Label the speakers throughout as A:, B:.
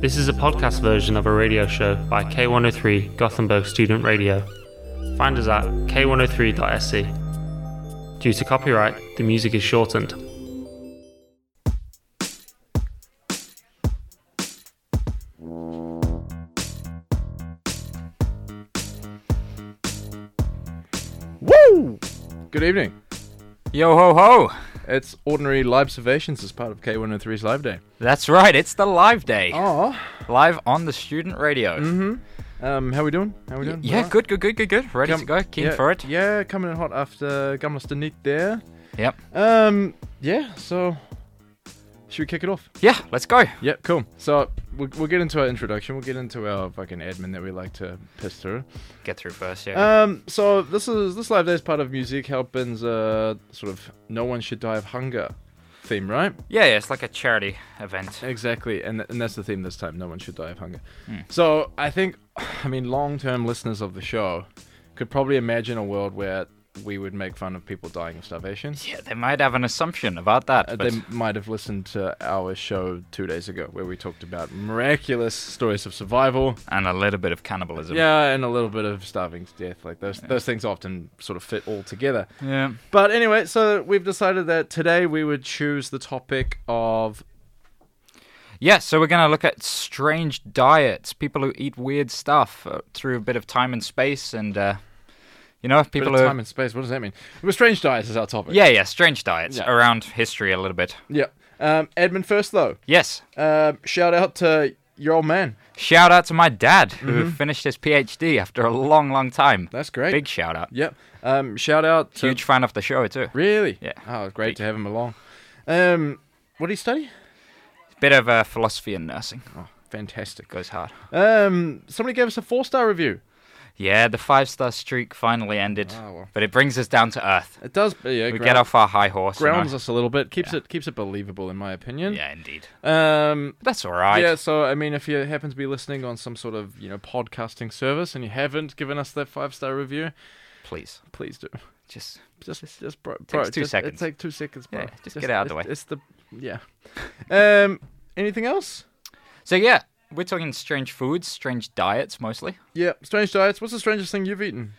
A: This is a podcast version of a radio show by K103 Gothenburg Student Radio. Find us at k103.se. E. Due to copyright, the music is shortened.
B: Woo! Good evening.
C: Yo ho ho!
B: It's Ordinary Live Servations as part of K103's Live Day.
C: That's right, it's the live day.
B: Oh.
C: Live on the student radio.
B: Mm-hmm. Um, how we doing? How we doing?
C: Yeah,
B: Alright.
C: good, good, good, good, good. Ready to
B: Come-
C: go, keen
B: yeah,
C: for it.
B: Yeah, coming in hot after Gamla Stanik there.
C: Yep.
B: Um, yeah, so should we kick it off?
C: Yeah, let's go.
B: Yeah, cool. So we'll, we'll get into our introduction. We'll get into our fucking admin that we like to piss through.
C: Get through first, yeah.
B: Um, so this is this live day is part of Music Helping's uh sort of no one should die of hunger theme, right?
C: yeah, yeah, it's like a charity event.
B: Exactly, and and that's the theme this time. No one should die of hunger.
C: Hmm.
B: So I think, I mean, long-term listeners of the show could probably imagine a world where we would make fun of people dying of starvation.
C: Yeah, they might have an assumption about that.
B: Uh,
C: but
B: they might have listened to our show two days ago where we talked about miraculous stories of survival.
C: And a little bit of cannibalism.
B: Yeah, and a little bit of starving to death. Like those those things often sort of fit all together.
C: Yeah.
B: But anyway, so we've decided that today we would choose the topic of
C: Yeah, so we're going to look at strange diets, people who eat weird stuff uh, through a bit of time and space and, uh, you know,
B: bit
C: people
B: of
C: who.
B: time and space. What does that mean? Well, strange diets is our topic.
C: yeah, yeah, strange diets
B: Yeah.
C: around history a little bit.
B: Yeah. Um, Edmund first though.
C: Yes,
B: Um, shout out to your old man.
C: Shout out to my dad who finished his PhD after a long, long time.
B: Mm-hmm. That's great.
C: Big shout out.
B: Yep. Um, shout out to
C: Huge fan of the show too.
B: Really?
C: Yeah.
B: Oh, great to have him along. Um, what did he study?
C: Bit of uh, philosophy and nursing.
B: Oh, fantastic.
C: Goes hard.
B: Um, somebody gave us a four star review.
C: Yeah, the five star streak finally ended,
B: Oh, well.
C: but it brings us down to earth.
B: It does. Yeah,
C: We
B: ground-
C: get off our high horse. you know.
B: grounds us a little bit. Keeps it keeps it believable, in my opinion.
C: Yeah, indeed.
B: Um.
C: That's all right.
B: Yeah, so I mean, if you happen to be listening on some sort of you know podcasting service and you haven't given us that five star review,
C: Please,
B: please do.
C: just
B: Just, just, bro, bro
C: takes two
B: just,
C: seconds.
B: It takes two seconds, bro.
C: Yeah, just get out of the
B: it's-
C: way.
B: It's the yeah. Um, anything else?
C: so yeah, we're talking strange foods, strange diets mostly.
B: Yeah, strange diets. What's the strangest thing you've eaten?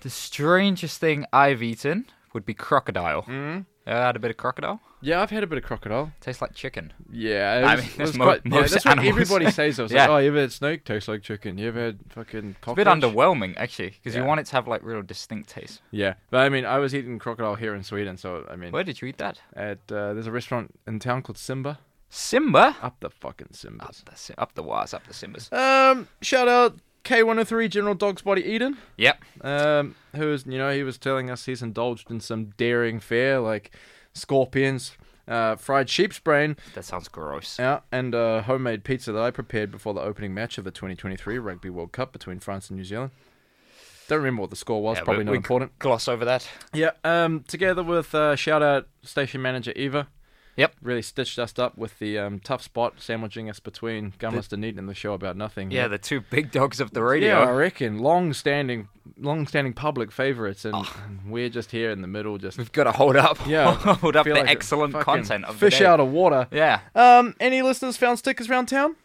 C: The strangest thing I've eaten would be crocodile.
B: Mm.
C: Uh, I had a bit of crocodile.
B: Yeah, I've had a bit of crocodile.
C: Tastes like chicken.
B: Yeah, it
C: I
B: was-
C: mean,
B: it
C: that's
B: was
C: mo-
B: quite- yeah,
C: most
B: that's what
C: animals.
B: everybody says. I was
C: Yeah.
B: like, oh, you've had snake tastes like chicken. You've had fucking
C: It's a
B: cockroach.
C: bit underwhelming actually, because
B: Yeah. Mm.
C: you want it to have like real distinct taste.
B: Yeah, but I mean, I was eating crocodile here in Sweden, so I mean,
C: Where did you eat that?
B: at uh, there's a restaurant in town called Simba.
C: Simba?
B: Up the fucking
C: Up
B: Simbas.
C: the, Si- up the wires, up the Simbas.
B: Um, shout out K103 General Dog's Body Eden.
C: Yep.
B: um, who was you know he was telling us he's indulged in some daring fare like scorpions, uh, fried sheep's brain,
C: That sounds gross.
B: uh, and uh, homemade pizza that I prepared before the opening match of the 2023 Rugby World Cup between France and New Zealand. Don't remember what the score was.
C: Yeah,
B: probably
C: we-
B: not
C: we-
B: important.
C: Gloss over that.
B: Yeah. Um, together with uh, shout out station manager Eva.
C: Yep.
B: Really stitched us up with the um, tough spot, sandwiching us between Gumless and Neat and the show about nothing.
C: Yeah, the two big dogs of the
B: Yeah, I
C: radio.
B: reckon long-standing, long-standing public favourites, and we're just here in the middle, just
C: We've got to hold up.
B: Yeah,
C: hold up
B: feel
C: the
B: like a
C: excellent
B: fucking
C: content of the
B: fish
C: day.
B: out of water.
C: Yeah.
B: Um, any listeners found stickers around town?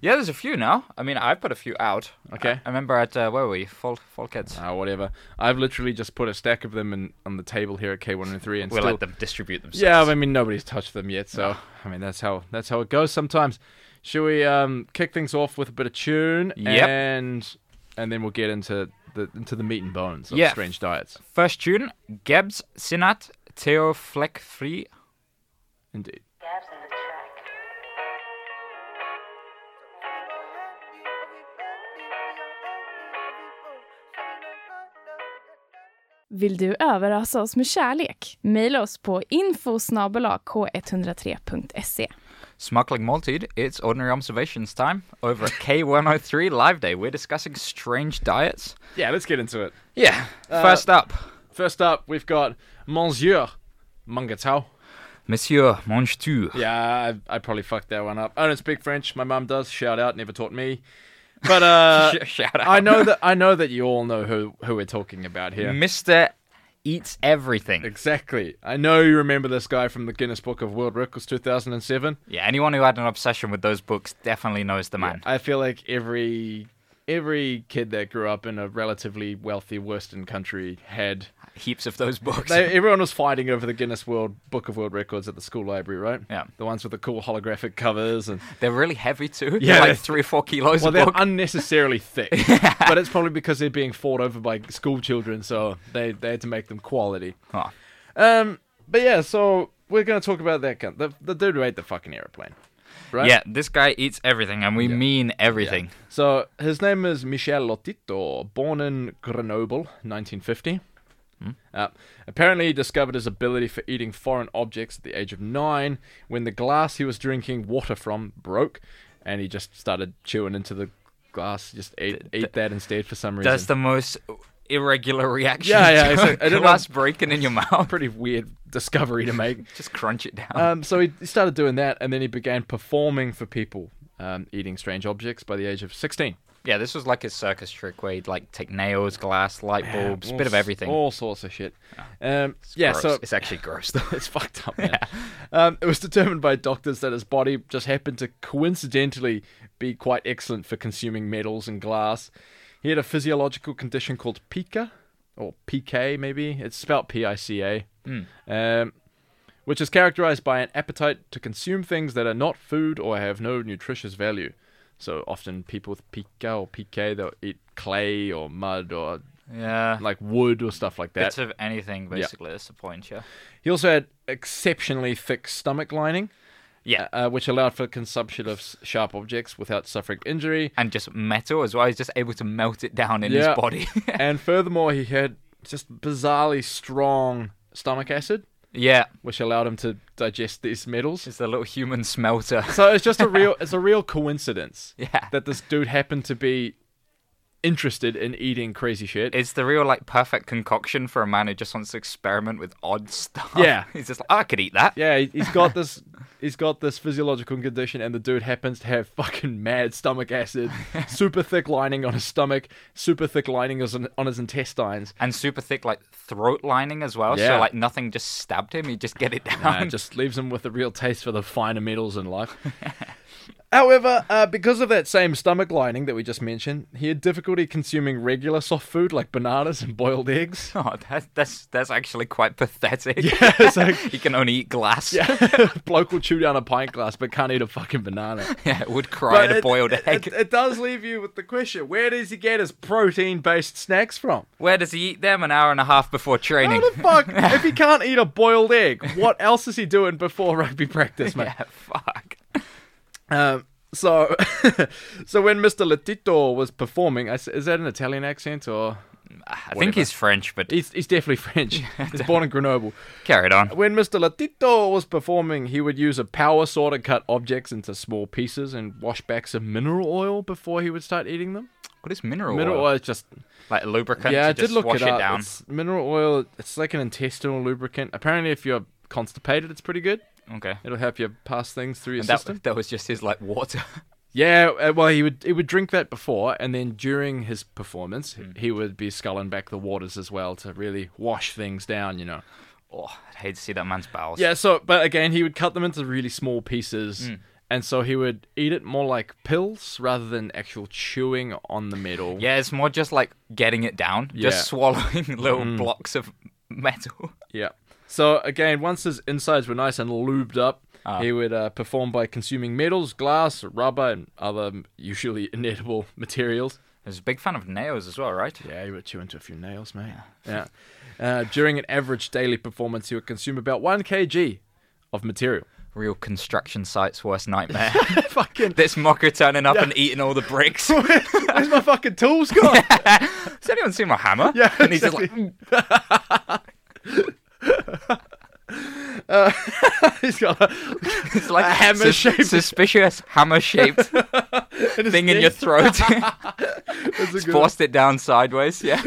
C: Yeah, there's a few now. I mean, I put a few out.
B: Okay.
C: I, I remember at, uh, where were we? Fol- Folkheads.
B: Ah, whatever. I've literally just put a stack of them in, on the table here at K103, and
C: we'll
B: still,
C: let them distribute themselves.
B: yeah, I mean nobody's touched them yet, so I mean that's how that's how it goes sometimes. Should we um kick things off with a bit of tune,
C: Yep.
B: and and then we'll get into the into the meat and bones of
C: Yeah.
B: strange diets.
C: First tune, Gebs Sinat Theo Fleck Free.
B: Indeed.
D: Gabs in the track.
E: Vill du överrasa oss med kärlek? Maila oss på info.k103.se.
C: Smuggling Malted, it's Ordinary Observations time over at K103 Live Day. We're discussing strange diets. Uh,
B: Yeah, let's get into it.
C: Yeah. First up,
B: First up, we've got Monsieur Mangatao.
C: Monsieur Monstu.
B: Yeah, I, I probably fucked that one up. I don't speak French. My mum does. Shout out, never taught me. But uh,
C: Sh- shout out.
B: I know that I know that you all know who who we're talking about here.
C: Mr. eats everything.
B: Exactly. I know you remember this guy from the Guinness Book of World Records 2007.
C: Yeah, anyone who had an obsession with those books definitely knows the man.
B: I feel like every every kid that grew up in a relatively wealthy Western country had
C: Heaps of those books.
B: they, everyone was fighting over the Guinness World Book of World Records at the school library, right?
C: Yeah.
B: The ones with the cool holographic covers and
C: They're really heavy too.
B: Yeah,
C: Yeah,
B: they-
C: like three or four kilos
B: well,
C: a
B: they're
C: book.
B: unnecessarily thick. But it's probably because they're being fought over by school children, so they they had to make them quality.
C: Oh,
B: Um, but yeah, so we're gonna talk about that gun. The, the dude who ate the fucking airplane, right?
C: Yeah, this guy eats everything, and we mean everything.
B: So his name is Michel Lotito, born in Grenoble, 1950. Uh, apparently, he discovered his ability for eating foreign objects at the age of nine when the glass he was drinking water from broke, and he just started chewing into the glass. Just ate, ate that instead for some reason.
C: That's the most irregular reaction.
B: Yeah, yeah,
C: to
B: it's like- I
C: a
B: don't know.
C: glass breaking in your mouth.
B: pretty weird discovery to make.
C: Just crunch it down.
B: Um, so he he started doing that, and then he began performing for people, um, eating strange objects by the age of 16.
C: yeah, this was like his circus trick where he'd like take nails, glass, light bulbs,
B: All
C: bit of
B: s-
C: everything.
B: All sorts of shit. Um, Oh, yeah,
C: Gross.
B: so
C: it's actually gross though.
B: it's fucked up. Man. Um, it was determined by doctors that his body just happened to coincidentally be quite excellent for consuming metals and glass. He had a physiological condition called pica, or PK maybe. It's spelled P-I-C-A, um, which is characterized by an appetite to consume things that are not food or have no nutritious value. So often people with pica or PK they'll eat clay or mud or
C: Yeah,
B: like wood or stuff like that.
C: bits of anything basically. That's the point. Yeah.
B: He also had exceptionally thick stomach lining.
C: Yeah.
B: uh, which allowed for consumption of s- sharp objects without suffering injury.
C: and just metal as well. He's just able to melt it down in
B: Yeah.
C: his body.
B: and furthermore, he had just bizarrely strong stomach acid,
C: yeah,
B: which allowed him to digest these metals.
C: it's the little human smelter.
B: So it's just a real, it's a real coincidence
C: Yeah.
B: that this dude happened to be interested in eating crazy shit.
C: It's the real like perfect concoction for a man who just wants to experiment with odd stuff.
B: Yeah.
C: he's just like, "Oh, I could eat that.
B: yeah, he- he's got this, he's got this physiological condition, and the dude happens to have fucking mad stomach acid, super thick lining on his stomach, super thick lining is on- on his intestines.
C: and super thick like throat lining as well.
B: Yeah.
C: So like nothing just stabbed him. He just get it down.
B: Nah, it Uh, just leaves him with a real taste for the finer metals in life. However, uh, because of that same stomach lining that we just mentioned, he had difficulty consuming regular soft food like bananas and boiled eggs.
C: oh, that's that's that's actually quite pathetic.
B: it's like-
C: he can only eat glass. Yeah,
B: Bloke will chew down a pint glass but can't eat a fucking banana.
C: would cry at
B: But
C: a boiled
B: it,
C: egg.
B: It, it does leave you with the question where does he get his protein based snacks from?
C: Where does he eat them? An hour and a half before training.
B: How the fuck? if he can't eat a boiled egg, what else is he doing before rugby practice, mate?
C: yeah, fuck.
B: Um, so, so when Mr. Letito was performing, I s is that an Italian accent or
C: I think he's French, but
B: he's, he's definitely French? he's born in Grenoble.
C: carried on.
B: When Mr. Letito was performing, he would use a power saw to cut objects into small pieces and wash back some mineral oil before he would start eating them.
C: What is mineral
B: Mineral
C: oil?
B: oil is just
C: Like lubricant
B: yeah,
C: to
B: I did
C: just
B: look
C: wash
B: it up.
C: down.
B: It's mineral oil. It's like an intestinal lubricant. Apparently, if you're constipated, it's pretty good.
C: Okay.
B: It'll help you pass things through your
C: And
B: system.
C: that, that was just his like water.
B: Yeah, uh, well, he would he would drink that before, and then during his performance,
C: Hmm.
B: he would be sculling back the waters as well to really wash things down, you know.
C: Oh, I'd hate to see that man's bowels.
B: Yeah, so but again, he would cut them into really small pieces,
C: Hmm.
B: and so he would eat it more like pills rather than actual chewing on the metal.
C: Yeah, it's more just like getting it down,
B: Yeah. Mm.
C: just swallowing little blocks of metal.
B: yeah. So again, once his insides were nice and lubed up, he would uh, perform by consuming metals, glass, rubber, and other usually inedible materials.
C: I was a big fan of nails as well, right?
B: Yeah, you were chewing to a few nails, mate. Yeah. Uh, during an average daily performance, you would consume about 1 kg of material.
C: Real construction site's worst nightmare.
B: fucking.
C: this mocker turning up and eating all the bricks. Has
B: Where's my fucking tools gone?
C: anyone seen my hammer?
B: Yeah,
C: And he's just like, "Mm,
B: He's got a,
C: it's like
B: hammer-shaped-
C: sus- suspicious hammer-shaped thing in your throat.
B: it's a
C: Just
B: good-
C: forced it down sideways. Yeah.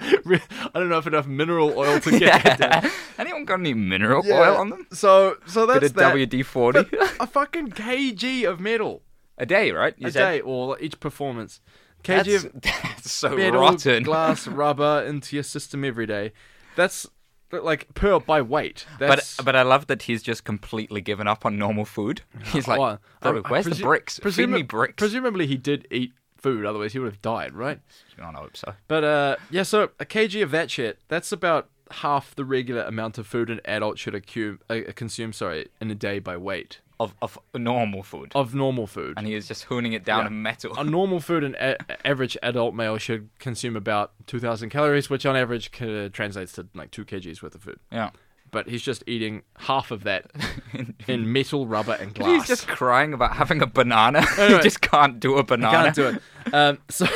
B: I don't know if enough mineral oil to get that down.
C: yeah. Anyone got any mineral oil on them?
B: So, so
C: Bit
B: that's
C: of
B: that.
C: WD
B: But
C: forty
B: a fucking kg of metal
C: a day, right? You
B: a
C: said?
B: day or each performance. kg
C: That's, that's so
B: of metal,
C: rotten.
B: glass, rubber into your system every day. That's like per by weight.
C: But
B: That's,
C: but I love that he's just completely given up on normal food. He's like,
B: Well, I-
C: bro,
B: I
C: where's
B: presu-
C: the bricks? Feed
B: presume-
C: me bricks.
B: Presumably he did eat food, otherwise he would have died, right?
C: I hope so.
B: But uh, yeah, so a kg of that shit, that's about half the regular amount of food an adult should accu- uh, consume, sorry, in a day by weight
C: Of of normal food,
B: of normal food.
C: and he is just hooning it down
B: Yeah.
C: in metal.
B: a normal food an a- average adult male should consume about 2000 calories, which on average c- translates to like 2 kgs worth of food.
C: yeah.
B: But he's just eating half of that in metal, rubber, and glass.
C: He's just crying about having a banana.
B: Anyway.
C: he just can't do a banana.
B: Can't do it. Um, so,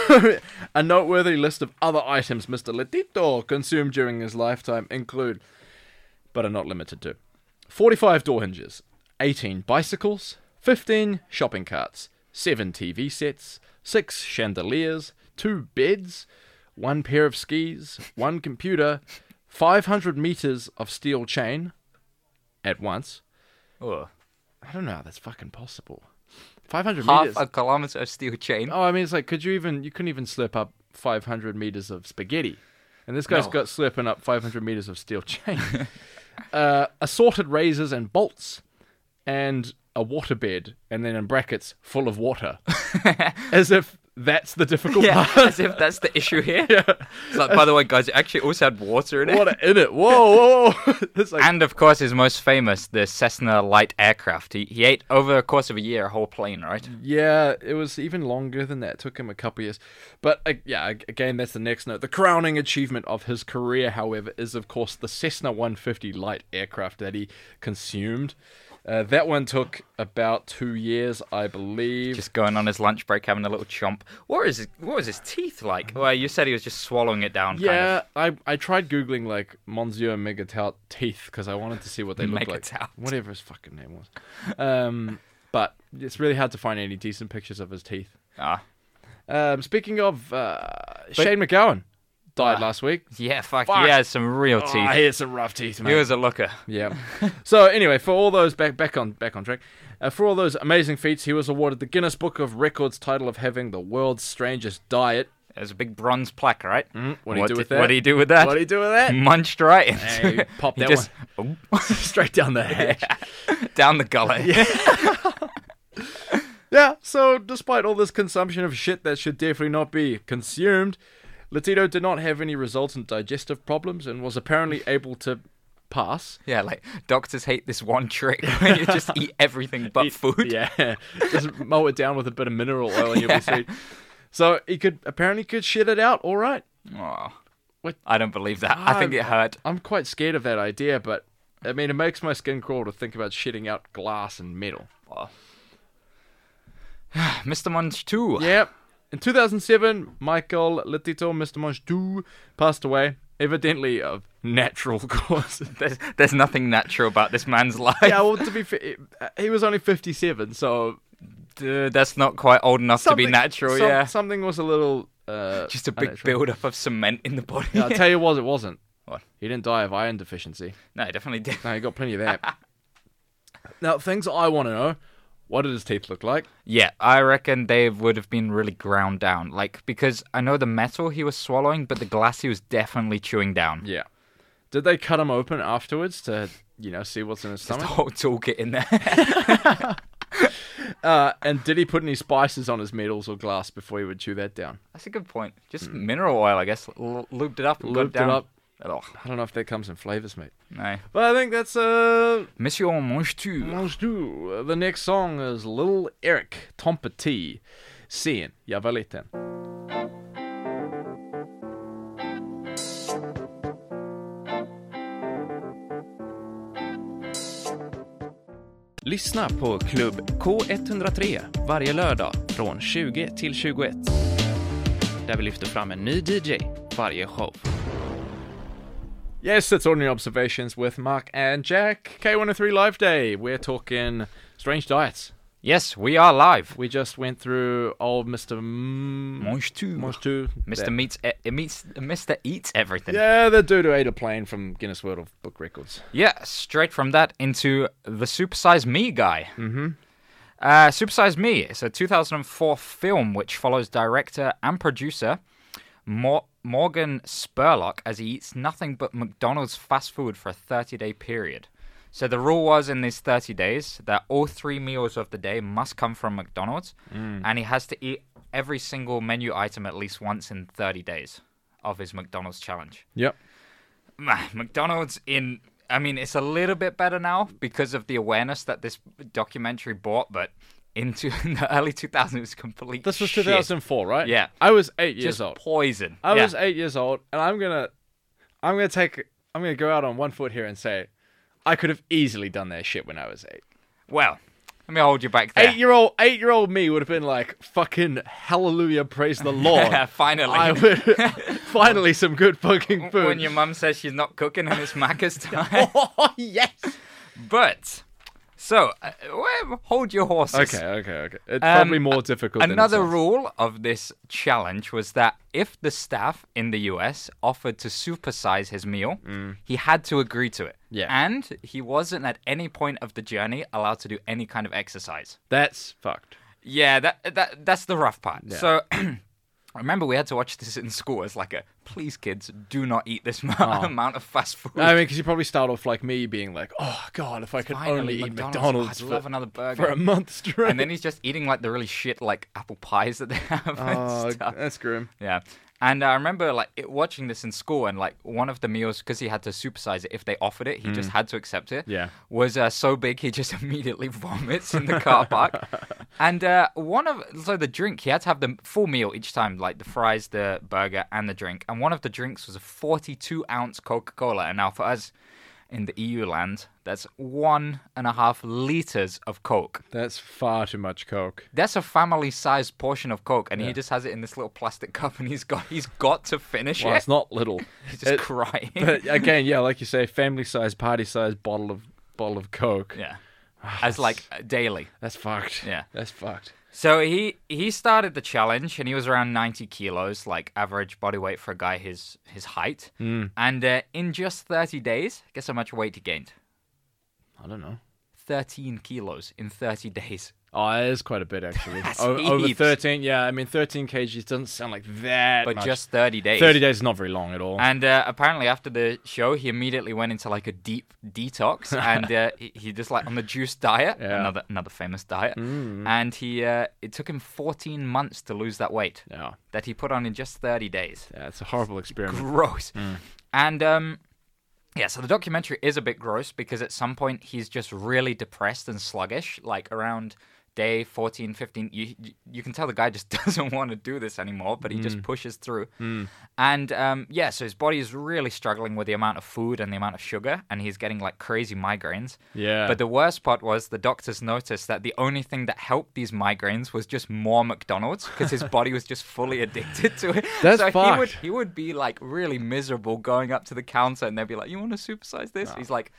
B: a noteworthy list of other items Mr. Letito consumed during his lifetime include, but are not limited to, 45 door hinges, 18 bicycles, 15 shopping carts, 7 TV sets, 6 chandeliers, 2 beds, 1 pair of skis, 1 computer, 500 meters of steel chain at once.
C: Ugh.
B: I don't know how that's fucking possible. 500
C: Half
B: meters.
C: a kilometer of steel chain.
B: Oh, I mean, it's like, could you even? You couldn't even slurp up 500 meters of spaghetti, and this guy's
C: No.
B: got slurping up 500 meters of steel chain, uh, assorted razors and bolts, and a waterbed, and then in brackets, full of water, as if that's the difficult
C: Yeah,
B: part.
C: as if that's the issue here. It's like, by the way, guys, it actually also had water in it.
B: Water in it. Whoa, whoa. whoa. it's like,
C: And of course, his most famous, the Cessna light aircraft. He, he ate over the course of a year a whole plane, right?
B: yeah, it was even longer than that. It took him a couple years, but uh, yeah, ag- again, that's the next note. The crowning achievement of his career, however, is of course the Cessna 150 light aircraft that he consumed. Uh, that one took about two years, I believe.
C: Just going on his lunch break, having a little chomp. What is what was his teeth like? Well, you said he was just swallowing it down.
B: yeah, I, I tried googling like Monsieur Megatout teeth because I wanted to see what they looked like.
C: Megatout.
B: Whatever his fucking name was. Um, but it's really hard to find any decent pictures of his teeth.
C: Kind of. Ah,
B: Um, speaking of uh, Shane McGowan died
C: Ah.
B: last week.
C: yeah, fuck,
B: Fuck.
C: He has some real
B: Oh,
C: teeth.
B: he had some rough teeth,
C: he
B: mate.
C: was a looker.
B: Yeah. so anyway, for all those back back on back on track, uh, for all those amazing feats, he was awarded the Guinness Book of Records title of having the world's strangest diet.
C: It was a big bronze plaque, right?
B: Mm-hmm. What do you
C: What
B: do with
C: did-
B: that?
C: what do you do with that?
B: What do you do with that?
C: Munched right into
B: Hey,
C: it.
B: pop
C: He
B: that
C: just Oh,
B: Straight down the hatch.
C: down the gullet.
B: Yeah, so despite all this consumption of shit that should definitely not be consumed, Latito did not have any resultant digestive problems and was apparently able to pass.
C: Yeah, like doctors hate this one trick where you just eat everything but food.
B: Yeah, just mow it down with a bit of mineral oil and you'll be sweet. So he could apparently could shit it out all right.
C: Aw.
B: What- Um,
C: I don't believe that. I think it hurt.
B: I'm quite scared of that idea, but I mean, it makes my skin crawl to think about shitting out glass and metal.
C: Mr. Munch too.
B: Yep. In 2007, Michael Letito, Mr. Monge passed away, evidently of natural causes.
C: There's, there's nothing natural about this man's life.
B: yeah, well, to be fair, he was only 57, so.
C: Duh, that's not quite old enough to be natural,
B: some-
C: yeah.
B: Something was a little. Uh,
C: Just a big
B: unnatural.
C: build up of cement in the body.
B: I'll tell you what, it wasn't.
C: What?
B: He didn't die of iron deficiency.
C: no, it definitely did.
B: No, he got plenty of that. now, things I want to know what did his teeth look like?
C: Yeah, I reckon they would have been really ground down. Like, because I know the metal he was swallowing, but the glass he was definitely chewing down.
B: Yeah. Did they cut him open afterwards to, you know, see what's in his
C: The
B: stomach?
C: whole toolkit in there.
B: Uh, and did he put any spices on his metals or glass before he would chew that down?
C: That's a good point. Just mineral oil, I guess. L- lubed it up and
B: Lubed Hmm. it
C: got down.
B: up.
C: Oh,
B: I don't know if that comes in flavors, mate.
C: no.
B: But I think that's uh,
C: Monsieur Mange too.
B: Mange du. Uh, The next song is Little Eric Tompati. Sen, jag var liten.
D: Lyssna på Klubb K103 varje lördag från 20 till 21. Där vi lyfter fram en ny DJ varje show.
B: Yes, it's Ordinary Observations with Mark and Jack. K103 Live Day. We're talking strange diets.
C: Yes, we are live.
B: We just went through old Mr. M-
C: Mange too.
B: Mange du.
C: Mr. Meets, e- it meets, Mr. Eats Everything.
B: Yeah, the dude who ate a plane from Guinness World of Book Records.
C: Yeah, straight from that into the supersize me guy. Mm-hmm. Uh, Supersize Me is a 2004 film which follows director and producer Mor- Morgan Spurlock as he eats nothing but McDonald's fast food for a 30 day period. So the rule was in these 30 days that all three meals of the day must come from McDonald's, and he has to eat every single menu item at least once in 30 days of his McDonald's challenge.
B: Yep.
C: Man, McDonald's in I mean it's a little bit better now because of the awareness that this documentary brought, but into in the early 2000s it was complete
B: This was
C: shit.
B: 2004, right?
C: Yeah.
B: I was eight years
C: Just
B: old.
C: poison.
B: I
C: Yeah.
B: was eight years old, and I'm gonna, I'm gonna take, I'm gonna go out on one foot here and say, I could have easily done that shit when I was eight.
C: Well, let me hold you back there.
B: Eight year old, eight year old me would have been like, fucking hallelujah, praise the Lord.
C: Finally.
B: I would finally some good fucking food.
C: when your mum says she's not cooking and it's Macca's time.
B: oh yes.
C: but so uh, well, hold your horses.
B: Okay, okay, okay. It's
C: Um,
B: probably more difficult. than it
C: Another
B: sounds.
C: rule of this challenge was that if the staff in the US offered to supersize his meal, he had to agree to it.
B: Yeah.
C: And he wasn't at any point of the journey allowed to do any kind of exercise.
B: That's fucked.
C: Yeah, that that that's the rough part. So I remember we had to watch this in school as like a please kids do not eat this mu- amount of fast food.
B: I mean, because you probably start off like me, being like, "Oh God, if I could only
C: Finally,
B: eat
C: McDonald's.
B: McDonald's,
C: I'd
B: for,
C: love another burger.
B: for a month straight."
C: and then he's just eating like the really shit like apple pies that they have
B: oh,
C: and stuff.
B: that's grim.
C: Yeah. And I remember like it, watching this in school, and like one of the meals, because he had to supersize it, if they offered it, he just had to accept it.
B: Yeah.
C: Was uh, so big he just immediately vomits in the car park. and uh, one of so the drink he had to have the full meal each time, like the fries, the burger, and the drink. And one of the drinks was a 42 ounce Coca Cola. And now for us in the EU land, that's one and a half liters of Coke.
B: That's far too much coke.
C: That's a family-sized portion of Coke, and he just has it in this little plastic cup, and he's got he's got to finish
B: Well,
C: it.
B: it's not little.
C: He's just
B: It-
C: crying.
B: Uh, but again, yeah, like you say, family size, party size bottle of bottle of coke.
C: yeah, as like uh, daily.
B: Ah, That's fucked.
C: Yeah.
B: that's fucked.
C: So he he started the challenge, and he was around 90 kilos, like average body weight for a guy his his height.
B: Hmm.
C: And uh, in just 30 days, guess how much weight he gained?
B: I don't know.
C: 13 kilos in 30 days.
B: Oh, it is quite a bit actually.
C: That's
B: O- over
C: heaps.
B: thirteen, yeah. I mean, thirteen kgs doesn't sound like that.
C: But
B: much.
C: just 30 days.
B: thirty days is not very long at all.
C: And uh, apparently, after the show, he immediately went into like a deep detox, and uh, he, he just like on the juice diet,
B: Yeah. Mm.
C: another another famous diet. And he uh, it took him 14 months to lose that weight
B: yeah,
C: that he put on in just 30 days.
B: yeah, it's a horrible experiment.
C: Gross. And um, yeah, so the documentary is a bit gross because at some point he's just really depressed and sluggish, like around. Day 14, 15, you, you- you can tell the guy just doesn't want to do this anymore, but he just pushes through. And um, yeah, so his body is really struggling with the amount of food and the amount of sugar, and he's getting like crazy migraines.
B: Yeah.
C: But the worst part was the doctors noticed that the only thing that helped these migraines was just more McDonald's because his body was just fully addicted to it.
B: That's
C: so he would
B: fucked.
C: he would be like really miserable going up to the counter, and they'd be like, "You want to supersize this?" He's like.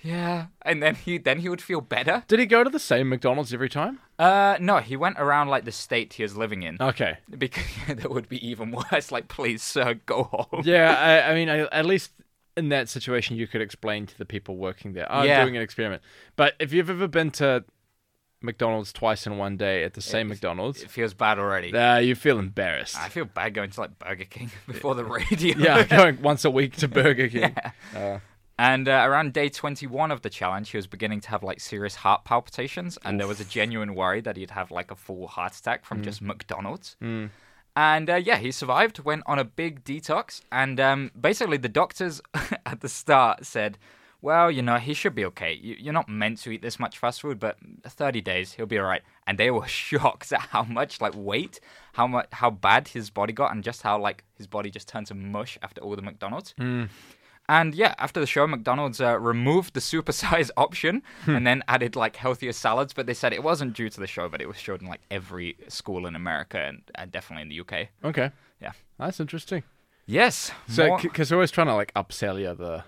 C: Yeah, and then he then he would feel better.
B: Did he go to the same McDonald's every time?
C: Uh, no, he went around like the state he was living in
B: Okay.
C: because that would be even worse. Like, please, sir, go home.
B: Yeah, I, I mean, I, at least in that situation, you could explain to the people working there, "Oh, "I'm
C: Yeah.
B: doing an experiment." But if you've ever been to McDonald's twice in one day at the same McDonald's,
C: It feels bad already.
B: uh, you feel embarrassed.
C: I feel bad going to like Burger King before the radio.
B: yeah, going once a week to Burger King.
C: And uh, around day 21 of the challenge, he was beginning to have like serious heart palpitations, and there was a genuine worry that he'd have like a full heart attack from just McDonald's. And uh, yeah, he survived, went on a big detox, and um, basically the doctors at the start said, well, you know, he should be okay. You, you're not meant to eat this much fast food, but 30 days, he'll be all right. And they were shocked at how much like weight, how much, how bad his body got, and just how like his body just turned to mush after all the McDonald's. And yeah, after the show, McDonald's uh, removed the supersize option and then added like healthier salads. But they said it wasn't due to the show, but it was showed in like every school in America and, and definitely in the UK.
B: Okay,
C: Yeah.
B: that's interesting.
C: Yes.
B: So,
C: more-
B: because we're always trying to like upsell you the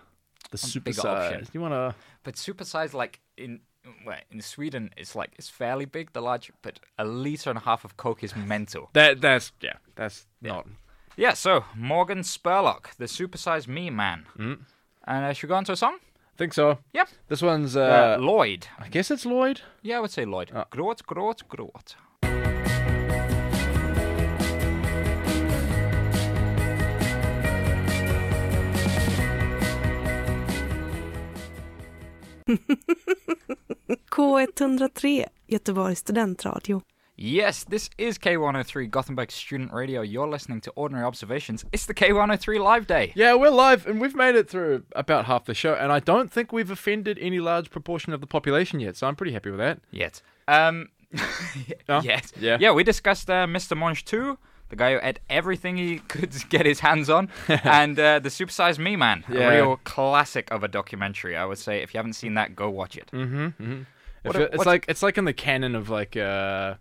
B: the super
C: option.
B: size. You want to?
C: but supersize like in well, in Sweden, it's like it's fairly big, the large, but a liter and a half of Coke is mental.
B: That that's yeah, that's not.
C: Hmm. Yeah. So Morgan Spurlock, the supersize me man, and uh, should we go on to a song?
B: think so.
C: Yep.
B: This one's, uh,
C: Uh, Lloyd.
B: I guess it's Lloyd.
C: Yeah, I would say Lloyd.
B: Ah.
C: Gråt, gråt, gråt.
F: K103, Göteborgs studentradio.
C: Yes, this is K103 Gothenburg Student Radio. You're listening to Ordinary Observations. It's the K103 Live Day.
B: Yeah, we're live and we've made it through about half the show, and I don't think we've offended any large proportion of the population yet, so I'm pretty happy with that.
C: Yet. Um,
B: Oh,
C: yet.
B: yeah.
C: Yeah, we discussed uh, Mr. Monge 2, the guy who ate everything he could get his hands on, and uh, The Supersize Me Man,
B: Yeah.
C: a real classic of a documentary. I would say if you haven't seen that, go watch it.
B: If
C: What-
B: it- it's
C: what-
B: like it's like in the canon of like uh,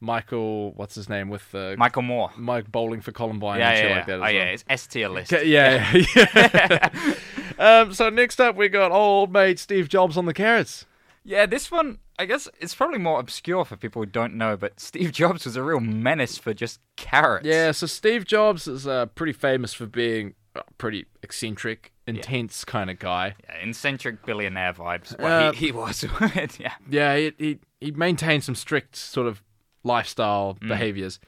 B: Michael, what's his name with uh,
C: Michael Moore.
B: Mike bowling for Columbine
C: Yeah,
B: and shit
C: yeah,
B: like
C: yeah.
B: that. as
C: oh,
B: well.
C: yeah, it's S tier list.
B: Okay, yeah, yeah, yeah. um, so next up, we got old mate Steve Jobs on the carrots.
C: Yeah, this one, I guess it's probably more obscure for people who don't know, but Steve Jobs was a real menace for just carrots.
B: Yeah, so Steve Jobs is uh, pretty famous for being a pretty eccentric, intense kind of guy.
C: Yeah, eccentric billionaire vibes. Well,
B: Uh,
C: he, he was. yeah.
B: Yeah, he, he, he maintained some strict sort of lifestyle
C: Mm.
B: behaviors.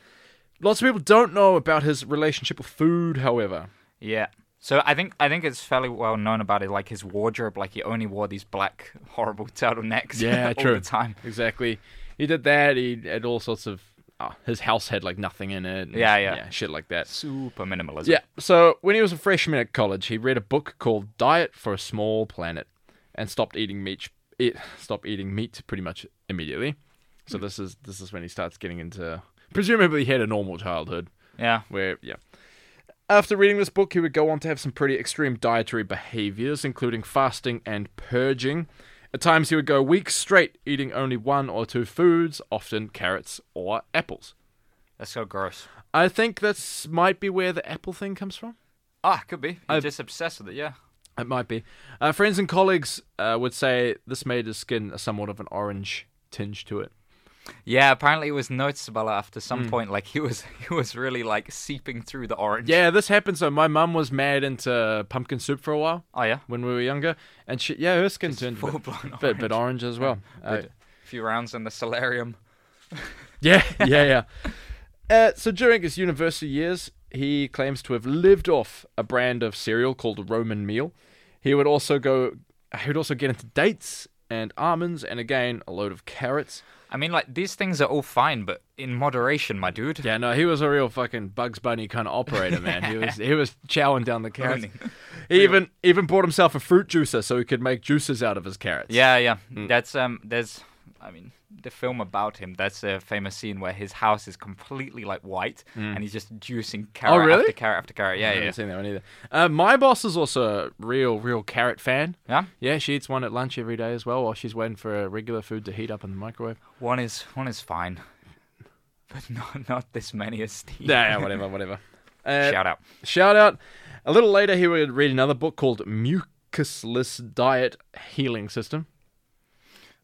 B: Lots of people don't know about his relationship with food, however.
C: Yeah. So I think I think it's fairly well known about it, like his wardrobe, like he only wore these black horrible turtlenecks all the time.
B: Exactly. He did that. He had all sorts of. ah, his house had like nothing in it. and-
C: Yeah, yeah.
B: Shit like that.
C: Super minimalism.
B: Yeah. So when he was a freshman at college, he read a book called Diet for a Small Planet, and stopped eating meat. It stopped eating meat pretty much immediately.
C: Mm.
B: So this is this is when he starts getting into. Presumably, he had a normal childhood
C: Yeah.
B: where yeah. After reading this book, he would go on to have some pretty extreme dietary behaviors, including fasting and purging. At times, he would go weeks straight eating only one or two foods, often carrots or apples.
C: That's so gross.
B: I think that's might be where the apple thing comes from.
C: Ah, could be. He's
B: I've-
C: just obsessed with it, yeah.
B: It might be. Uh, friends and colleagues uh, would say this made his skin somewhat of an orange tinge to it.
C: Yeah, apparently it was noticeable after some
B: Hmm.
C: point, like he was he was really like seeping through the orange.
B: Yeah, this happened. So my mum was mad into pumpkin soup for a while
C: Oh yeah.
B: when we were younger, and she yeah her skin turned a
C: Full
B: bit,
C: blown orange.
B: bit, bit orange as well. Uh,
C: A few rounds in the solarium.
B: Yeah, yeah, yeah. Uh, so during his university years, he claims to have lived off a brand of cereal called Roman meal. He would also go. He would also get into dates and almonds, and again a load of carrots.
C: I mean, like these things are all fine, but in moderation, my dude.
B: Yeah, no, he was a real fucking Bugs Bunny kind of operator, man. He was he was chowing down the carrots. He even even bought himself a fruit juicer so he could make juices out of his carrots.
C: Yeah, yeah.
B: Mm.
C: That's um. There's, I mean, the film about him. That's a famous scene where his house is completely like white, and he's just juicing carrot
B: Mm. Oh, really?
C: after carrot after carrot. Yeah,
B: I
C: yeah,
B: haven't seen that one either. Uh, my boss is also a real, real carrot fan.
C: yeah.
B: Yeah, she eats one at lunch every day as well, while she's waiting for uh, regular food to heat up in the microwave.
C: One is one is fine, but not not this many as Steve.
B: Yeah, yeah whatever, whatever. Uh,
C: Shout out.
B: Shout out. A little later, he would read another book called Mucusless Diet Healing System.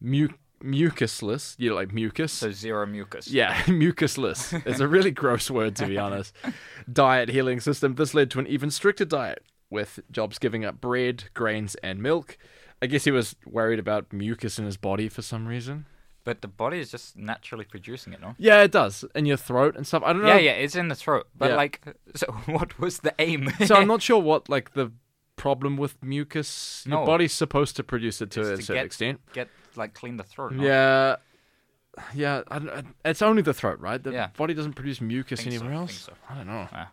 B: Mu- mucusless, you know, like mucus.
C: So zero mucus.
B: yeah, mucusless. It's a really gross word, to be honest. diet healing system. This led to an even stricter diet, with Jobs giving up bread, grains, and milk. I guess he was worried about mucus in his body for some reason.
C: But the body is just naturally producing it, no?
B: Yeah, it does. In your throat and stuff. I don't know.
C: Yeah, yeah. It's in the throat. But
B: Yeah.
C: like, so what was the aim?
B: so I'm not sure what like the problem with mucus. Your
C: No.
B: body's supposed to produce it to
C: It's
B: a
C: to
B: certain
C: get-
B: extent.
C: Get like clean the throat. no?
B: Yeah, yeah. I don't, it's only the throat, right? The
C: Yeah.
B: body doesn't produce mucus
C: Think so,
B: anywhere
C: think
B: else.
C: so.
B: I don't know.
C: Ah.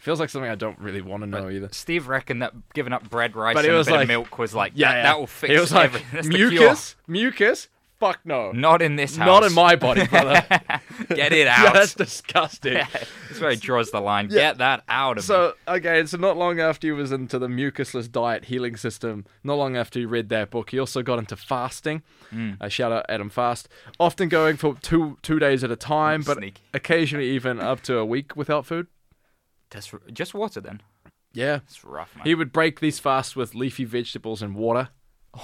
B: Feels like something I don't really want to know either.
C: Steve reckoned that giving up bread, rice,
B: But it
C: and
B: was
C: a bit
B: like-
C: of milk was like,
B: Yeah,
C: that,
B: yeah.
C: that will fix
B: It was like
C: everything. That's the cure.
B: mucus, mucus. Fuck no.
C: Not in this house.
B: Not in my body, brother.
C: Get it
B: yeah,
C: out.
B: that's disgusting.
C: That's where he draws the line. Get that out of me.
B: So okay, so not long after he was into the mucusless diet healing system, not long after he read that book, he also got into fasting. Uh, shout out Adam Fast, often going for two two days at a time, but
C: Sneaky.
B: occasionally even up to a week without food.
C: That's r- just water then.
B: Yeah,
C: It's rough, man.
B: he would break these fasts with leafy vegetables and water.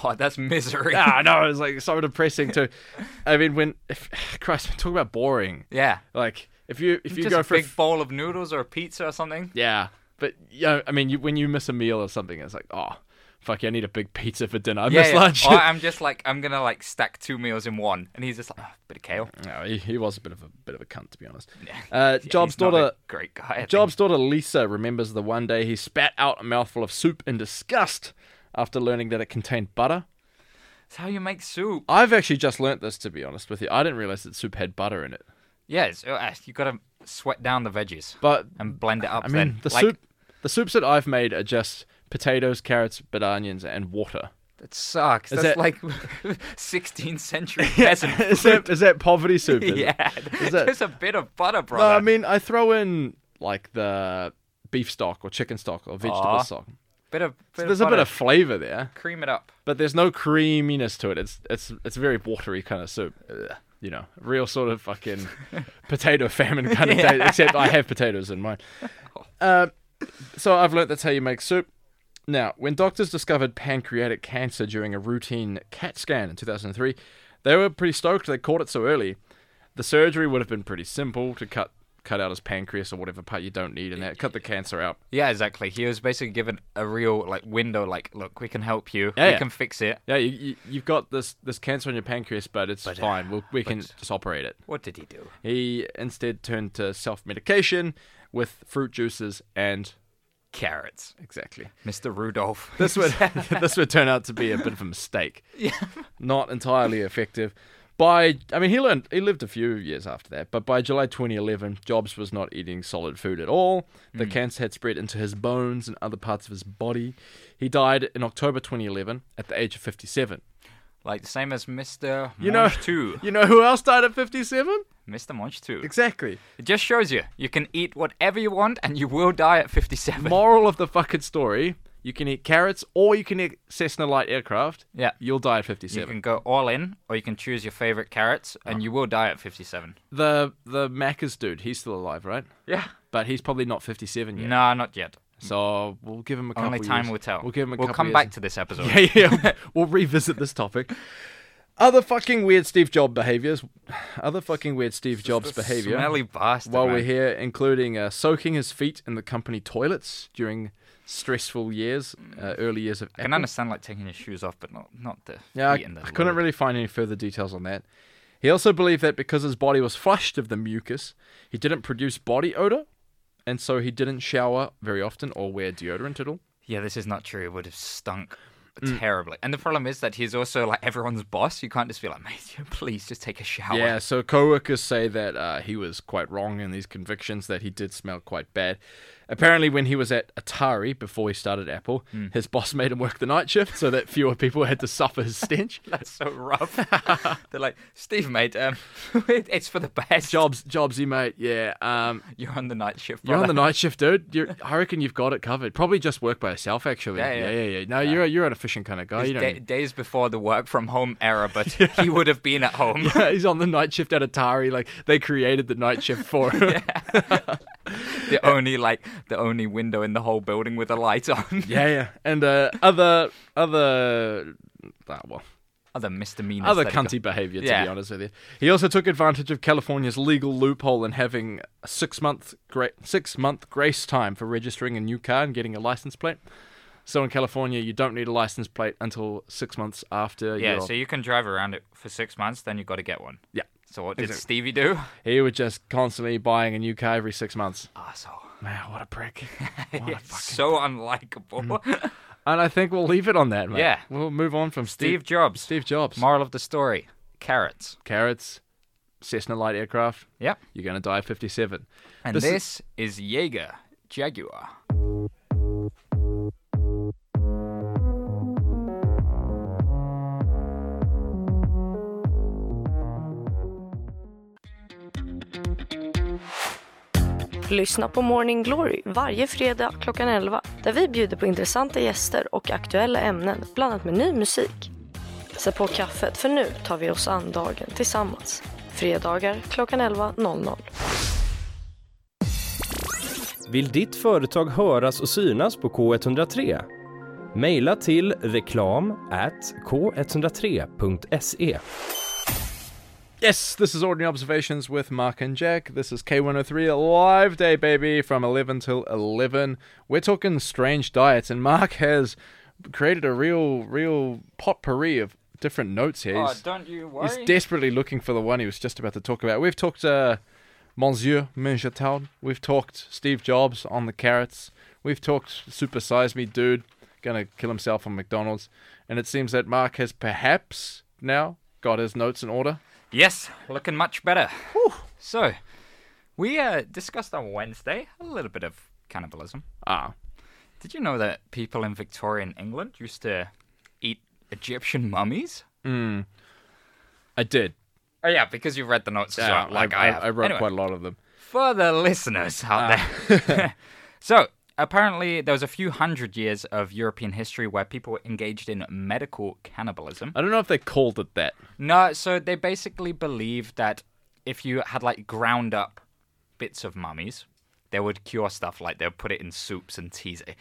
C: Oh, that's misery.
B: Ah, I know it was like so depressing too. I mean, when if, Christ, talk about boring.
C: Yeah.
B: Like if you if you
C: just
B: go
C: a
B: for a
C: big bowl of noodles or a pizza or something.
B: Yeah, but you know, I mean, you, when you miss a meal or something, it's like, oh, fuck, I need a big pizza for dinner. I
C: yeah,
B: missed
C: yeah. Oh,
B: lunch.
C: Or I'm just like, I'm gonna like stack two meals in one, and he's just like, oh, bit of kale.
B: no, he, he was a bit of a bit of a cunt, to be honest. Uh, Job's
C: He's not
B: daughter,
C: a great guy. I think.
B: Job's daughter Lisa remembers the one day he spat out a mouthful of soup in disgust after learning that it contained butter.
C: That's how you make soup.
B: I've actually just learnt this, to be honest with you. I didn't realize that soup had butter in it.
C: Yes, yeah, uh, you gotta sweat down the veggies
B: But
C: and blend it up.
B: I mean,
C: then.
B: the
C: Like,
B: soup, the soups that I've made are just potatoes, carrots, bit of onions, and water.
C: That sucks.
B: Is
C: That's
B: that-
C: like 16th century peasant.
B: Is that is that poverty soup? is it?
C: yeah,
B: Is that-
C: just a bit of butter,
B: No, I
C: brother.
B: mean I throw in like the beef stock or chicken stock or vegetable
C: Aw.
B: stock. So
C: bit of, bit
B: there's
C: of
B: a bit
C: butter.
B: of flavor there,
C: cream it up.
B: but there's no creaminess to it. It's it's it's a very watery kind of soup. Ugh. You know, real sort of fucking potato famine kind of day. Except I have potatoes in mine. Uh, so I've learnt that's how you make soup. Now, when doctors discovered pancreatic cancer during a routine CAT scan in 2003, they were pretty stoked they caught it so early. The surgery would have been pretty simple to cut cut out his pancreas or whatever part you don't need and that cut the cancer out.
C: Yeah, exactly. He was basically given a real like window. Like, look, we can help you.
B: Yeah,
C: we
B: yeah.
C: can fix it.
B: Yeah, you, you you've got this this cancer on your pancreas, but it's fine. We'll, we can
C: but-
B: just operate it.
C: What did he do?
B: He instead turned to self medication with fruit juices and
C: Carrots,
B: exactly.
C: Mr. Rudolph.
B: This would this would turn out to be a bit of a mistake.
C: Yeah.
B: Not entirely effective. By I mean he learned he lived a few years after that, but by July 2011, Jobs was not eating solid food at all. The cancer had spread into his bones and other parts of his body. He died in October 2011 at the age of 57.
C: like the same as Mr.
B: You
C: You
B: know-
C: Monge too.
B: You know who else died at 57?
C: Mr. Monge too.
B: Exactly.
C: It just shows you you can eat whatever you want and you will die at 57.
B: Moral of the fucking story: you can eat carrots or you can eat Cessna light aircraft.
C: Yeah.
B: You'll die at
C: You
B: 57.
C: can go all in, or you can choose your favorite carrots, and you will die at 57.
B: The the Macca's dude, he's still alive, right?
C: Yeah.
B: but he's probably not 57 yet.
C: Nah, not yet.
B: So we'll give him a couple
C: Only time
B: years.
C: will tell.
B: We'll give him a
C: we'll
B: couple
C: come
B: years.
C: back to this episode.
B: Yeah, yeah. we'll revisit this topic. Other fucking weird Steve Jobs behaviors. Other fucking weird Steve Jobs behavior.
C: Smelly bastard.
B: while we're
C: man.
B: here, including uh, soaking his feet in the company toilets during stressful years, uh, early years of.
C: I can
B: Apple.
C: understand like taking your shoes off, but not not the
B: Yeah, I,
C: feet in the
B: I couldn't
C: loo.
B: really find any further details on that. He also believed that because his body was flushed of the mucus, he didn't produce body odor, and so he didn't shower very often or wear deodorant at all.
C: Yeah, this is not true. It would have stunk
B: Mm.
C: terribly. And the problem is that he's also like everyone's boss. You can't just be like, mate, please just take a shower.
B: Yeah, so coworkers say that uh, he was quite wrong in these convictions, that he did smell quite bad. Apparently, when he was at Atari before he started Apple, his boss made him work the night shift so that fewer people had to suffer his stench.
C: That's so rough. They're like, Steve, mate, um, it's for the best.
B: Jobs, Jobsy, mate, yeah. Um,
C: You're on the night shift.
B: you're on the
C: brother.
B: night shift, dude. You're, I reckon you've got it covered. Probably just work by yourself, actually.
C: Yeah, yeah.
B: yeah, yeah. No, you're a, you're an efficient kind of guy. You
C: It's
B: don't.
C: da- days before the work from home era, but he would have been at home.
B: need- He's on the night shift at Atari. Like they created the night shift for him. yeah.
C: The only like the only window in the whole building with a light on.
B: yeah, And uh, other other, ah, well,
C: Other misdemeanors.
B: other
C: that he got.
B: cunty behavior, to
C: Yeah.
B: be honest with you. He also took advantage of California's legal loophole in having a six month gra- six month grace time for registering a new car and getting a license plate. So in California, you don't need a license plate until six months after.
C: Yeah,
B: your-
C: so you can drive around it for six months, then you got to get one.
B: Yeah.
C: So what did
B: Exactly.
C: Stevie do?
B: he was just constantly buying a new car every six months.
C: Asshole.
B: Man, what a prick! What a
C: It's
B: fuck.
C: so unlikable.
B: And I think we'll leave it on that, mate.
C: Yeah.
B: we'll move on from Steve
C: Steve Jobs.
B: Steve Jobs,
C: Moral of the story: carrots.
B: carrots, Cessna light aircraft.
C: Yep.
B: You're gonna die at 57.
C: And
B: This
C: this,
B: is-
C: is, Jaeger Jaguar.
G: Lyssna på Morning Glory varje fredag klockan 11 där vi bjuder på intressanta gäster och aktuella ämnen blandat med ny musik. Sätt på kaffet för nu tar vi oss an dagen tillsammans. Fredagar klockan 11.00.
H: Vill ditt företag höras och synas på K103? Maila till reklam k103.se.
B: Yes, this is Ordinary Observations with Mark and Jack. This is K103 a live day, baby, from 11 till 11. We're talking strange diets, and Mark has created a real, real potpourri of different notes here.
C: Oh,
B: He's-
C: don't you worry.
B: He's desperately looking for the one he was just about to talk about. We've talked uh, Monsieur Minjatown. We've talked Steve Jobs on the carrots. We've talked Super Size Me Dude, gonna kill himself on McDonald's. And it seems that Mark has perhaps now got his notes in order.
C: Yes, looking much better. So, we uh, discussed on Wednesday a little bit of cannibalism.
B: Ah,
C: Did you know that people in Victorian England used to eat Egyptian mummies?
B: I did.
C: Oh yeah, because you've read the notes as
B: Yeah,
C: well, like
B: Ah, I,
C: I, have.
B: I wrote
C: Anyway,
B: quite a Ah. lot of them.
C: for the listeners out there. so apparently, there was a few hundred years of European history where people were engaged in medical cannibalism.
B: I don't know if they called it that.
C: No, so they basically believed that if you had like ground up bits of mummies, they would cure stuff. Like they'll put it in soups and teas. it.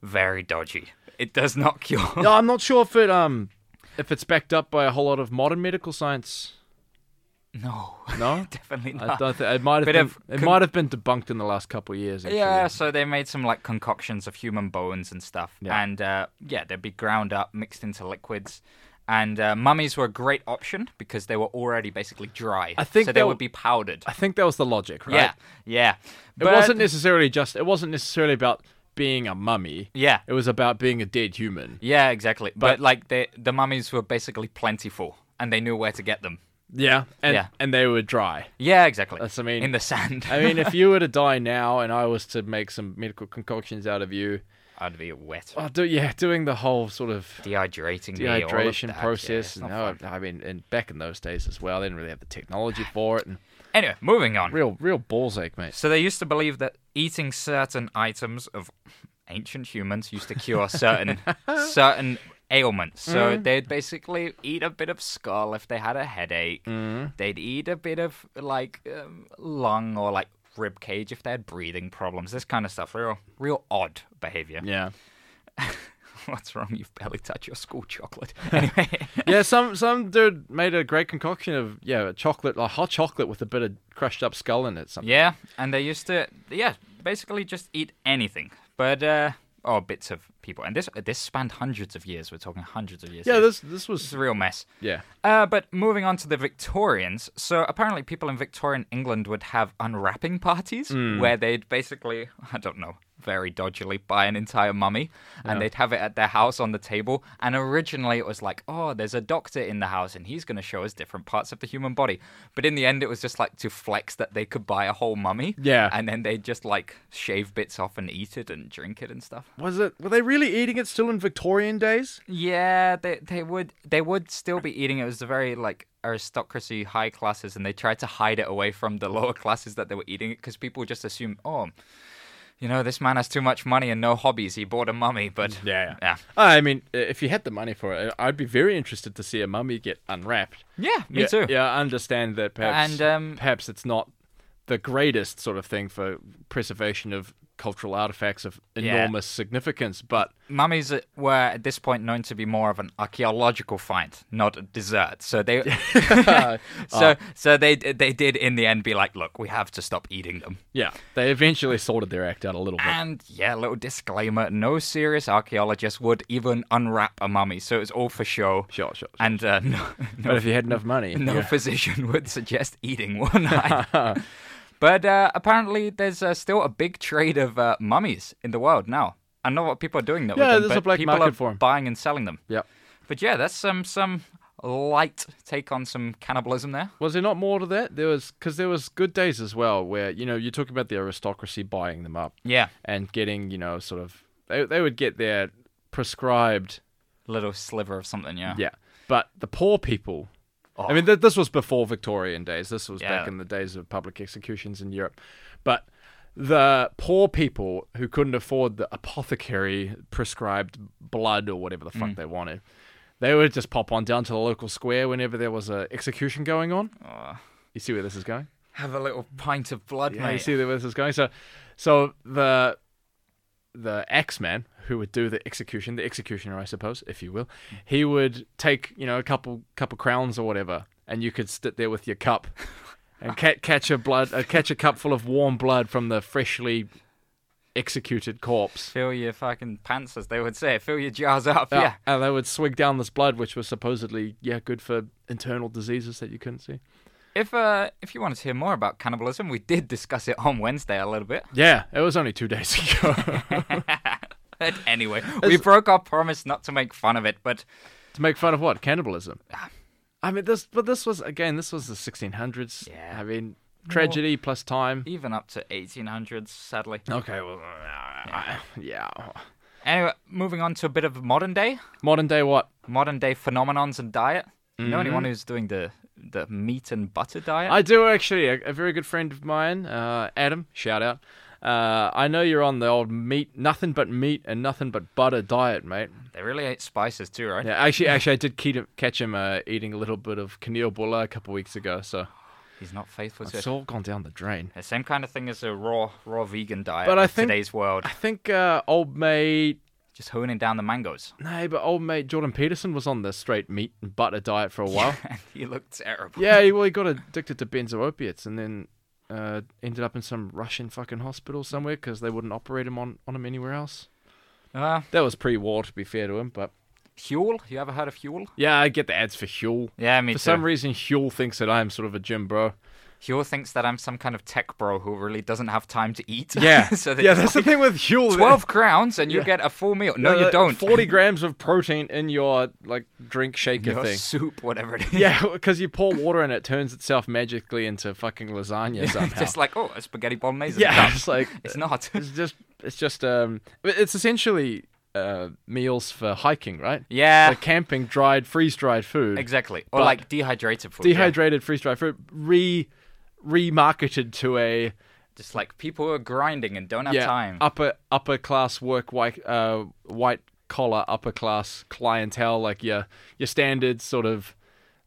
C: Very dodgy. It does not cure.
B: Hmm. No, I'm not sure if it um if it's backed up by a whole lot of modern medical science.
C: No,
B: No,
C: definitely
B: I
C: not.
B: don't. Th- it might have
C: Bit
B: been,
C: of
B: it
C: con-
B: might have been debunked in the last couple of years. Actually.
C: Yeah, so they made some like concoctions of human bones and stuff, and uh, yeah, they'd be ground up, mixed into liquids, and uh, mummies were a great option because they were already basically dry.
B: I think
C: so. They
B: they'll-
C: would be powdered.
B: I think that was the logic, right?
C: Yeah, yeah.
B: It wasn't necessarily just. It wasn't necessarily about being a mummy.
C: Yeah.
B: It was about being a dead human.
C: Yeah, exactly. But,
B: But-
C: like the the mummies were basically plentiful, and they knew where to get them.
B: Yeah. And
C: Yeah.
B: and they were dry.
C: Yeah, exactly.
B: That's- I mean-
C: in the sand.
B: I mean, if you were to die now, and I was to make some medical concoctions out of you,
C: I'd be wet,
B: oh, do, yeah, doing the whole sort of
C: dehydrating, me, all of
B: dehydration
C: that, yeah,
B: process.
C: it's not
B: no,
C: fun.
B: I mean, and back in those days as well, they didn't really have the technology for it, and
C: Anyway, moving on.
B: real, real balls ache, mate.
C: So they used to believe that eating certain items of ancient humans used to cure certain certain ailments. So they'd basically eat a bit of skull if they had a headache. They'd eat a bit of like um, lung or like rib cage if they had breathing problems. This kind of stuff. Real, real odd behavior.
B: Yeah.
C: What's wrong? You've barely touched your school chocolate. Anyway,
B: yeah, some some dude made a great concoction of yeah, chocolate, like hot chocolate with a bit of crushed up skull in it. Something.
C: yeah, and they used to, yeah, basically just eat anything, but uh, or bits of people. And this this spanned hundreds of years. We're talking hundreds of years.
B: Yeah, this
C: It's-
B: this
C: it's
B: was
C: a real mess.
B: yeah.
C: Uh, but moving on to the Victorians. So apparently, people in Victorian England would have unwrapping parties where they'd basically, I don't know, very dodgily buy an entire mummy and they'd have it at their house on the table. And originally, it was like, oh, there's a doctor in the house and he's going to show us different parts of the human body. But in the end, it was just like to flex that they could buy a whole mummy.
B: Yeah.
C: And then they'd just like shave bits off and eat it and drink it and stuff.
B: Was it? Were they really eating it still in Victorian days?
C: Yeah, they they would they would still be eating it. It was the very like aristocracy, high classes, and they tried to hide it away from the lower classes that they were eating it because people just assume, oh, you know, this man has too much money and no hobbies. He bought a mummy, but
B: Yeah,
C: yeah,
B: Ah, I mean, i- if you had the money for it, I'd be very interested to see a mummy get unwrapped.
C: yeah, me
B: yeah,
C: too.
B: Yeah, I understand that perhaps
C: And, um,
B: perhaps it's not the greatest sort of thing for preservation of cultural artifacts of
C: Yeah.
B: enormous significance, but
C: Mummies were at this point known to be more of an archaeological find, not a dessert. So they,
B: uh, Ah.
C: so so they they did in the end be like, look, we have to stop eating them.
B: yeah, they eventually sorted their act out a little bit.
C: And yeah, little disclaimer: no serious archaeologist would even unwrap a mummy, so it's all for show.
B: Sure, sure. sure.
C: And uh, no,
B: But
C: no,
B: if you had enough money,
C: no
B: yeah.
C: physician would suggest eating one. either. but uh, apparently, there's uh, still a big trade of uh, mummies in the world now. I know what people are doing though.
B: Yeah,
C: with them,
B: there's a
C: but
B: black
C: people
B: market
C: are
B: for 'em.
C: buying and selling them.
B: Yep.
C: But yeah, that's some some light take on some cannibalism there.
B: Was there not more to that? There was because there was good days as well where you know you talk about the aristocracy buying them up
C: Yeah,
B: and getting you know sort of they they would get their prescribed
C: little sliver of something. Yeah.
B: yeah, but the poor people. I
C: Oh.
B: mean, th- this was before Victorian days. This was
C: Yeah.
B: back in the days of public executions in Europe, but the poor people who couldn't afford the apothecary prescribed blood or whatever the
C: Mm.
B: fuck they wanted. They would just pop on down to the local square whenever there was a execution going on.
C: Oh,
B: You see where this is going?
C: have a little pint of blood,
B: Yeah, you
C: mate.
B: see where this is going. So, so the the axeman who would do the execution, the executioner, I suppose, if you will, he would take you know a couple couple crowns or whatever, and you could sit there with your cup and ca- catch a blood, uh, catch a cup full of warm blood from the freshly executed corpse.
C: Fill your fucking pants, as they would say. Fill your jars up. Yeah.
B: Ah, And they would swig down this blood, which was supposedly, yeah, good for internal diseases that you couldn't see.
C: If uh, if you wanted to hear more about cannibalism, we did discuss it on Wednesday a little bit.
B: Yeah, it was only two days ago.
C: But anyway, we broke our promise not to make fun of it, but
B: to make fun of what? Cannibalism.
C: Ah.
B: I mean, this, but this was, again, this was the 1600s.
C: Yeah.
B: I mean, tragedy plus time.
C: even up to 1800s, sadly.
B: Okay, well, uh, yeah.
C: Anyway, moving on to a bit of modern day,
B: Modern day what?
C: modern day phenomenons and diet. You know anyone who's doing the the meat and butter diet?
B: Mm-hmm. I do actually. A, a very good friend of mine, uh, Adam, shout out. Uh, I know you're on the old meat, nothing but meat and nothing but butter diet, mate.
C: They really hate spices too, right?
B: Yeah, actually, actually, I did keep him, catch him uh, eating a little bit of Caneel Bulla a couple weeks ago, so
C: He's not faithful to
B: it's
C: it.
B: all gone down the drain.
C: The same kind of thing as a raw raw vegan diet
B: But I
C: in
B: think-
C: today's world.
B: I think uh, old mate,
C: Just honing down the mangoes.
B: no, but old mate Jordan Peterson was on the straight meat and butter diet for a while.
C: and he looked terrible.
B: yeah, he, well, he got addicted to benzo opiates and then uh, ended up in some Russian fucking hospital somewhere because they wouldn't operate him on, on him anywhere else.
C: Uh,
B: That was pre-war, to be fair to him, but
C: Huel? You ever heard of Huel?
B: yeah, I get the ads for Huel.
C: Yeah, me
B: For
C: too.
B: some reason, Huel thinks that I'm sort of a gym bro.
C: Huel thinks that I'm some kind of tech bro who really doesn't have time to eat. so that
B: yeah,
C: it's
B: that's the
C: like,
B: thing with Huel.
C: 12 crowns and you get a full meal. No, you
B: that-
C: don't.
B: 40 grams of protein in your like drink shaker
C: Your
B: thing.
C: soup, whatever it is.
B: yeah, because you pour water and it turns itself magically into fucking lasagna somehow.
C: just like, oh, a spaghetti bolognese. is
B: yeah,
C: done.
B: it's like uh,
C: It's not.
B: it's just it's just um it's essentially uh meals for hiking, right?
C: yeah,
B: Like camping, dried, freeze dried food.
C: exactly. Or
B: but-
C: like dehydrated food. yeah.
B: Dehydrated freeze dried food re remarketed to a
C: Just like people who are grinding and don't have
B: yeah, Oh.
C: time.
B: upper upper class work white uh white collar upper class clientele like your your standard sort of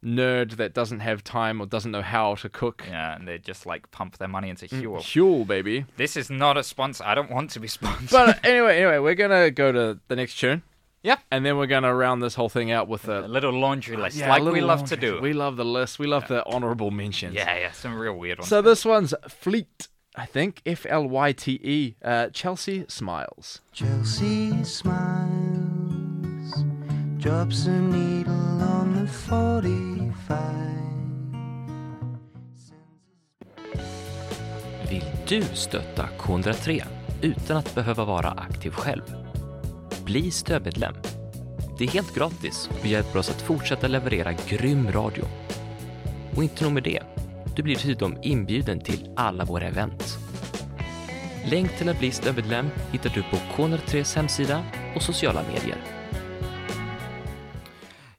B: nerd that doesn't have time or doesn't know how to cook.
C: Yeah, and they just like pump their money
B: Mm.
C: into Huel.
B: Huel, baby.
C: This is not a sponsor. I don't want to be sponsored.
B: But uh, anyway, anyway, we're gonna go to the next tune.
C: Yeah.
B: And then we're gonna round this whole thing out with
C: a
B: a,
C: little laundry list,
B: uh, yeah, a
C: like
B: little
C: we love
B: laundry.
C: to do.
B: We love the list. We love the honorable mentions.
C: Yeah, yeah, some real weird ones.
B: So this one's Fleet, I think. F L Y T E. Uh, Chelsea smiles.
I: Chelsea smiles, drops a needle on the 45.
J: Vill du stötta K103 utan att behöva vara aktiv själv? Bli stödmedlem. Det är helt gratis och hjälper oss att fortsätta leverera grym radio. Och inte nog med det, du blir dessutom inbjuden till alla våra event. Länk till att bli stödmedlem hittar du på K103s hemsida och sociala medier.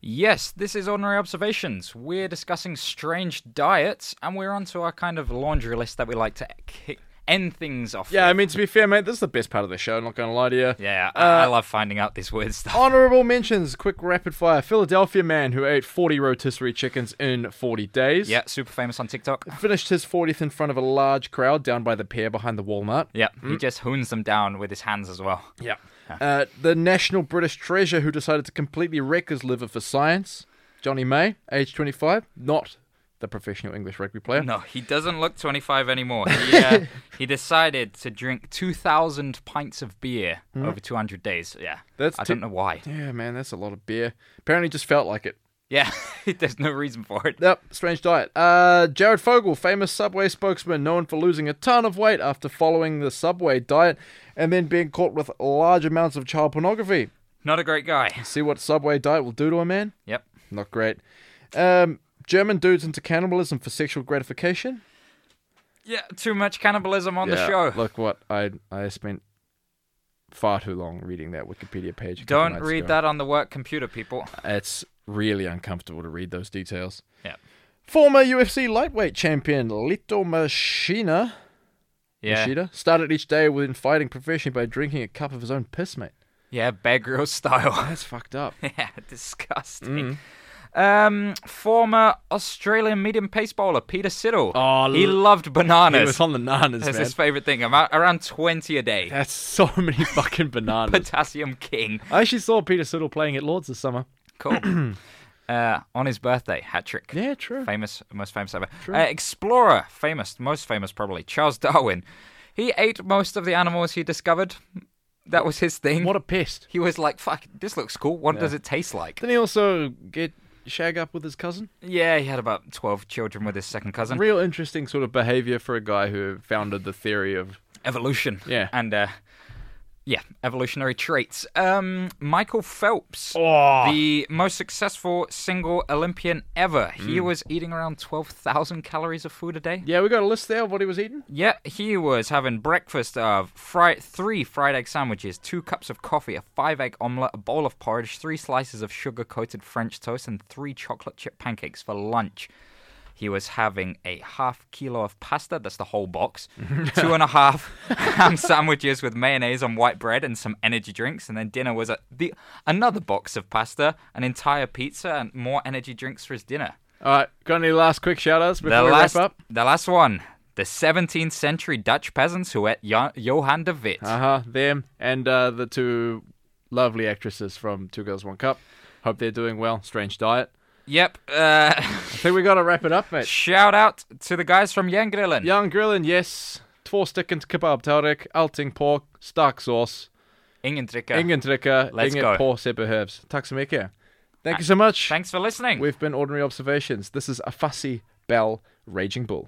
C: Yes, this is Ordinary Observations. We're discussing strange diets, and we're onto our kind of laundry list that we like to kick, end things off.
B: Yeah, I
C: with.
B: mean to be fair, mate, this is the best part of the show. I'm not gonna lie to you.
C: yeah, I,
B: Uh,
C: I love finding out this weird stuff.
B: Honorable mentions, quick rapid fire. Philadelphia man who ate 40 rotisserie chickens in 40 days.
C: Yeah, super famous on TikTok.
B: Finished his 40th in front of a large crowd down by the pier behind the Walmart.
C: Yeah, he just hoons them down with his hands as well.
B: Hmm? Yeah. Uh, the national British treasure who decided to completely wreck his liver for science. Johnny May, age 25, not the professional English rugby player.
C: No, he doesn't look 25 anymore. He, uh, he decided to drink 2,000 pints of beer over 200 days. Yeah,
B: Hmm? That's
C: I
B: too-
C: don't know why.
B: Yeah, man, that's a lot of beer. Apparently just felt like it.
C: Yeah, there's no reason for it.
B: Yep, strange diet. Uh, Jared Fogle, famous Subway spokesman, known for losing a ton of weight after following the Subway diet and then being caught with large amounts of child pornography.
C: Not a great guy.
B: See what Subway diet will do to a man?
C: Yep.
B: Not great. Um, German dudes into cannibalism for sexual gratification.
C: Yeah, too much cannibalism on the
B: Yeah,
C: show.
B: Look what I I spent far too long reading that Wikipedia page. a couple
C: Don't
B: nights
C: read
B: ago.
C: that on the work computer, people.
B: It's really uncomfortable to read those details.
C: Yeah.
B: Former UFC lightweight champion Lito Machina.
C: Yeah.
B: Yoshida started each day within fighting profession by drinking a cup of his own piss, mate.
C: Yeah, Bear Grylls style.
B: That's fucked up.
C: yeah, disgusting.
B: Mm.
C: Um, former Australian medium pace bowler Peter Siddle.
B: Oh,
C: he
B: l-
C: loved bananas.
B: the nanas,
C: That's his favorite thing. About around 20 a day.
B: That's so many fucking bananas.
C: Potassium King.
B: I actually saw Peter Siddle playing at Lords this summer.
C: Cool. uh, on his birthday, hat trick.
B: Yeah, true.
C: Famous, most famous ever. Uh, explorer, famous, most famous probably. Charles Darwin. He ate most of the animals he discovered. That was his thing.
B: What a pest.
C: He was like, fuck, this looks cool. What
B: Yeah.
C: does it taste like?
B: Didn't he also get shag up with his cousin?
C: Yeah, he had about 12 children with his second cousin.
B: Real interesting sort of behavior for a guy who founded the theory of
C: evolution.
B: Yeah.
C: And uh yeah, evolutionary traits. Um Michael Phelps, the most successful single Olympian ever. He
B: Mm.
C: was eating around 12,000 calories of food a day.
B: Yeah, we got a list there of what he was eating.
C: Yeah, he was having breakfast of fri- three fried egg sandwiches, two cups of coffee, a five egg omelette, a bowl of porridge, three slices of sugar coated French toast, and three chocolate chip pancakes for lunch. He was having a half kilo of pasta, that's the whole box, two and a half ham sandwiches with mayonnaise on white bread and some energy drinks, and then dinner was a, the another box of pasta, an entire pizza, and more energy drinks for his dinner.
B: All right, got any last quick shout outs before we
C: last,
B: wrap up?
C: The last one. The 17th century Dutch peasants who ate Jo- Johan de Witt.
B: Uh huh, them and uh, the two lovely actresses from Two Girls, One Cup. Hope they're doing well. Strange diet.
C: Yep. Uh,
B: I think we got to wrap it up, mate.
C: shout out to the guys from Jangrillen.
B: Jan Grillen, yes. Två stycken kebab tallrik, allting på, stark sås,
C: Ingen dricka.
B: ingen dricka,
C: Let's
B: inget
C: go. Uh,
B: på sig behövs. Tack så mycket. Thank you so much.
C: Thanks for listening.
B: We've been Ordinary Observations. This is Afasi Bell Raging Bull.